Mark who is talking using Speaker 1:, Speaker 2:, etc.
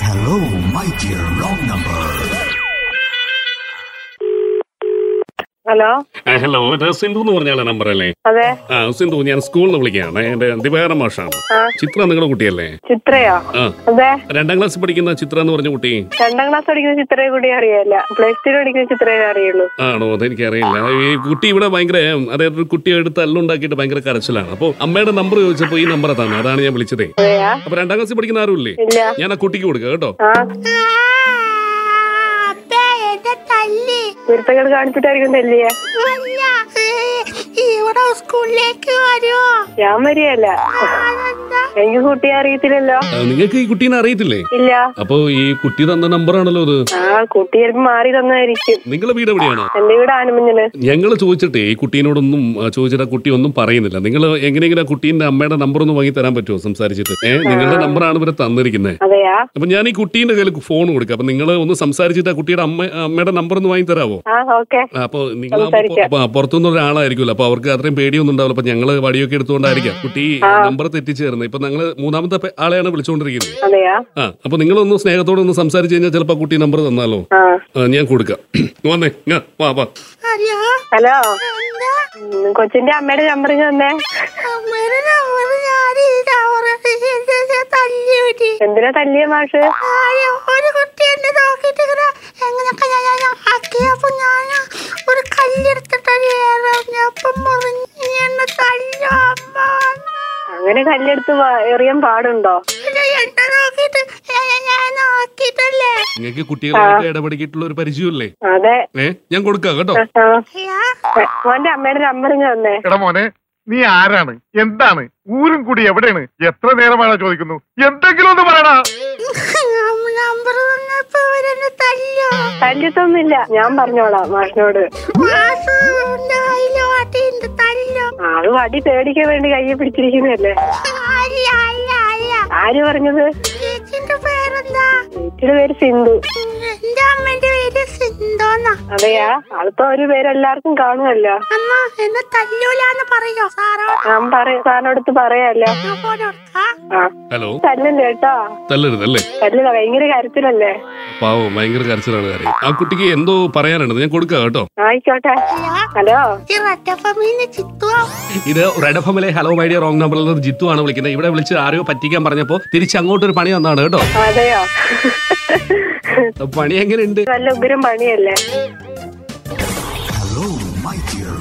Speaker 1: Hello, my dear wrong number.
Speaker 2: Hello
Speaker 3: hello ഇത് സിന്ധു എന്ന് പറഞ്ഞാലേ നമ്പർ അല്ലേ
Speaker 2: അതെ
Speaker 3: ആ സിന്ധു ഞാൻ സ്കൂളിൽ നിന്ന് വിളിക്കുകയാണ് എന്റെ ദിവാകരൻ മാഷാണ്
Speaker 2: ആ.
Speaker 3: ചിത്ര നിങ്ങളുടെ കുട്ടിയല്ലേ
Speaker 2: ചിത്രയോ
Speaker 3: ആ
Speaker 2: അതെ
Speaker 3: രണ്ടാം ക്ലാസ്സിൽ പഠിക്കുന്ന ചിത്ര എന്ന് പറഞ്ഞ കുട്ടി
Speaker 2: രണ്ടാം ക്ലാസ് പഠിക്കുന്ന ചിത്രയെ കൂടി അറിയാല്ല പ്ലസ് ടു പഠിക്കുന്ന ചിത്രയെ അറിയുള്ളൂ
Speaker 3: ആണോ അതെനിക്കറിയില്ല ഈ കുട്ടി ഇവിടെ ഭയങ്കര അതായത് ഒരു കുട്ടിയായിട്ട് തല്ലുണ്ടാക്കിയിട്ട് ഭയങ്കര കരച്ചിലാണ് അപ്പോൾ അമ്മയുടെ നമ്പർ ചോദിച്ചപ്പോൾ ഈ നമ്പർ തന്നെ അതാണ് ഞാൻ വിളിച്ചതേ
Speaker 2: അതെയാ
Speaker 3: അപ്പൊ രണ്ടാം ക്ലാസ്സിൽ പഠിക്കുന്ന ആരും ഇല്ലേ
Speaker 2: ഇല്ല
Speaker 3: ഞാൻ ആ കുട്ടിക്ക് കൊടുക്കാം കേട്ടോ
Speaker 2: ആ
Speaker 4: അപ്പേ എന്നെ തല്ലി
Speaker 2: കുരുത്തക്കേട് കാണിച്ചിട്ടായിരിക്കും തല്ലിയ
Speaker 4: അല്ല ഏ, ഇവിടെ സ്കൂളിലേക്ക് വരുമോ
Speaker 2: ഞാൻ വരികയല്ല
Speaker 4: അതെന്താ
Speaker 2: എനിക്ക് കുട്ടിയെ അറിയത്തില്ലല്ലോ
Speaker 3: ആ, നിങ്ങൾക്ക് ഈ കുട്ടീനെ അറിയത്തില്ലേ
Speaker 2: ഇല്ല
Speaker 3: അപ്പോ ഈ കുട്ടി തന്ന നമ്പർ ആണല്ലോ ഇത്
Speaker 2: ആ കുട്ടി ചിലപ്പോ മാറി തന്നായിരിക്കും
Speaker 3: നിങ്ങളുടെ വീട് എവിടെയാണ്
Speaker 2: എന്റെ വീട് ആനമഞ്ഞില്
Speaker 3: ഞങ്ങൾ ചോദിച്ചിട്ടേ ഈ കുട്ടീനോടൊന്നും ആ, ചോദിച്ചിട്ട് ആ കുട്ടി ഒന്നും പറയുന്നില്ല നിങ്ങൾ എങ്ങനെയെങ്കിലും ആ കുട്ടീന്റെ അമ്മയുടെ നമ്പർ ഒന്ന് വാങ്ങി തരാൻ പറ്റുമോ സംസാരിച്ചിട്ട് ഏഹ് നിങ്ങളുടെ നമ്പറാണ് ഇവരെ തന്നിരിക്കുന്നത്
Speaker 2: അതെയാ
Speaker 3: അപ്പൊ ഞാൻ ഈ കുട്ടീന്റെ കയ്യിൽ ഫോൺ കൊടുക്കാം അപ്പൊ നിങ്ങൾ ഒന്ന് സംസാരിച്ചിട്ട് ആ കുട്ടിയുടെ അമ്മ അമ്മയുടെ നമ്പർ ഒന്ന് വാങ്ങി തരാവോ
Speaker 2: ആ ഓക്കെ
Speaker 3: അപ്പൊ നിങ്ങൾ
Speaker 2: സംസാരിക്കാം.
Speaker 3: പുറത്തുനിന്ന് ഒരാളായിരിക്കുമല്ലോ അപ്പൊ അവർക്ക് അത്രയും പേടിയൊന്നും ഉണ്ടാവില്ല അപ്പൊ ഞങ്ങള് വടിയൊക്കെ എടുത്തുകൊണ്ടായിരിക്കാം കുട്ടി നമ്പർ തെറ്റിച്ച് തരുന്നത് ഇപ്പൊ ഞങ്ങള് മൂന്നാമത്തെ പേ- ആളെയാണ് വിളിച്ചുകൊണ്ടിരിക്കുന്നത്
Speaker 2: അതെയാ
Speaker 3: ആ അപ്പൊ നിങ്ങളൊന്ന് സ്നേഹത്തോടെ ഒന്ന് സംസാരിച്ച് കഴിഞ്ഞാൽ ചിലപ്പോൾ ആ കുട്ടി നമ്പർ തന്നാലോ
Speaker 2: ആ
Speaker 3: ആ, ഞാൻ കൊടുക്കാം വന്നേ ഇങ്ങ് വാ വാ
Speaker 4: അറിയോ
Speaker 2: ഹലോ
Speaker 4: എന്താ
Speaker 2: ഉം, കൊച്ചിന്റെ അമ്മയുടെ നമ്പർ തന്നെ
Speaker 4: അമ്മേനെ നമ്പറ് ഞാൻ ഈ നമ്പറ് എന്നെ ഞാൻ തല്ലി വിടി
Speaker 2: എന്തിനാ തല്ലിയ മാഷ്
Speaker 4: ആരോ ഒരു കുട്ടി എന്നെ നോക്കിയിട്ട് ഇങ്ങനെ എങ്ങനെയൊക്കെ ഞാൻ ഞാൻ ആക്കിയപ്പോ ഞാൻ ഒരു കല്ലെടുത്തിട്ട് ഏറും ഞാൻ ഇപ്പം മുറിഞ്ഞ് നീ എന്നെ തല്ലോ അമ്മ
Speaker 2: അങ്ങനെ കല്ലെടുത്ത് വാ- എറിയാൻ പാടുണ്ടോ
Speaker 4: പിന്നെ എന്നെ നോക്കിയിട്ട് ഞാൻ- ഞാൻ- ഞാൻ ആക്കിയിട്ടല്ലേ
Speaker 3: നിങ്ങൾക്ക് കുട്ടികളായിട്ട് ഇടപെടിക്കിട്ടുള്ള ഒരു പരിചയമല്ലേ
Speaker 2: അതെ
Speaker 3: ഏ ഞാൻ കൊടുക്കാം കേട്ടോ
Speaker 2: ആ
Speaker 4: അയ്യാ
Speaker 2: ഏ, മോന്റെ അമ്മയുടെ നമ്പർ ഇങ്ങ് തന്നെ
Speaker 5: എടാ മോനെ നീ ആരാണ് എന്താണ് ഊരും കൂടി എവിടെയാണ് എത്ര നേരമാണോ ചോദിക്കുന്നു എന്തെങ്കിലും ഒന്ന് പറയടാ
Speaker 4: നമ്പർ തന്നപ്പോ അവരെന്നെ തല്ലോ
Speaker 2: തല്ലിത്തൊന്നുമില്ല ഞാൻ പറഞ്ഞോളാം മാഷിനോട്
Speaker 4: വാസുവിന്റെ കയ്യില് വടിയുണ്ട് തല്ലോ
Speaker 2: ആ, അത് വടി പേടിക്കാൻ വേണ്ടി കയ്യെ പിടിച്ചിരിക്കുന്നതല്ലേ
Speaker 4: അല്ല അല്ല അല്ല
Speaker 2: ആര് പറഞ്ഞത്
Speaker 4: ചേച്ചിന്റെ പേരെന്താ
Speaker 2: വീട്ടിലെ പേര് സിന്ധു
Speaker 4: എന്റെ അമ്മന്റെ പേര് സിന്തോന്നാ
Speaker 2: അതെയാ ആളിപ്പോ ഒരു പേര് എല്ലാവർക്കും കാണുമല്ലോ
Speaker 4: അമ്മ എന്നെ തല്ലൂലാന്ന് പറയോ സാറോ
Speaker 2: ഞാൻ പറയ സാറിനടുത്ത് പറയാല്ലോ
Speaker 4: ഞാൻ ഫോൺ കൊടുക്കാം
Speaker 2: ആ
Speaker 3: ഹലോ
Speaker 2: തല്ലല്ലേ കേട്ടോ
Speaker 3: തല്ലരുത് അല്ലേ
Speaker 2: തല്ലില്ല ഭയങ്കര കരച്ചിലല്ലേ
Speaker 3: പാവം ഭയങ്കര കരച്ചിലാണ് കാര്യം ആ കുട്ടിക്ക് എന്തോ പറയാനുണ്ട് ഞാൻ കൊടുക്കാം കേട്ടോ
Speaker 2: ആയിക്കോട്ടെ
Speaker 4: അയ്യോ
Speaker 2: ഹലോ
Speaker 4: ഈ റട്ടഫമീന് ചിത്തുവോ
Speaker 3: ഇത് റെഡഫമിലെ ഹലോ മൈഡിയ റോങ് നമ്പറിൽ നിന്ന് ജിത്തു ആണ് വിളിക്കുന്നത് ഇവിടെ വിളിച്ച് ആരെയോ പറ്റിക്കാൻ പറഞ്ഞപ്പോൾ തിരിച്ച് അങ്ങോട്ട് ഒരു പണി തന്നാണ് കേട്ടോ
Speaker 2: അതെയോ
Speaker 3: പണി എങ്ങനെയുണ്ട്
Speaker 2: നല്ല ഉഗ്രം പണിയല്ലേ
Speaker 1: Hello, my dear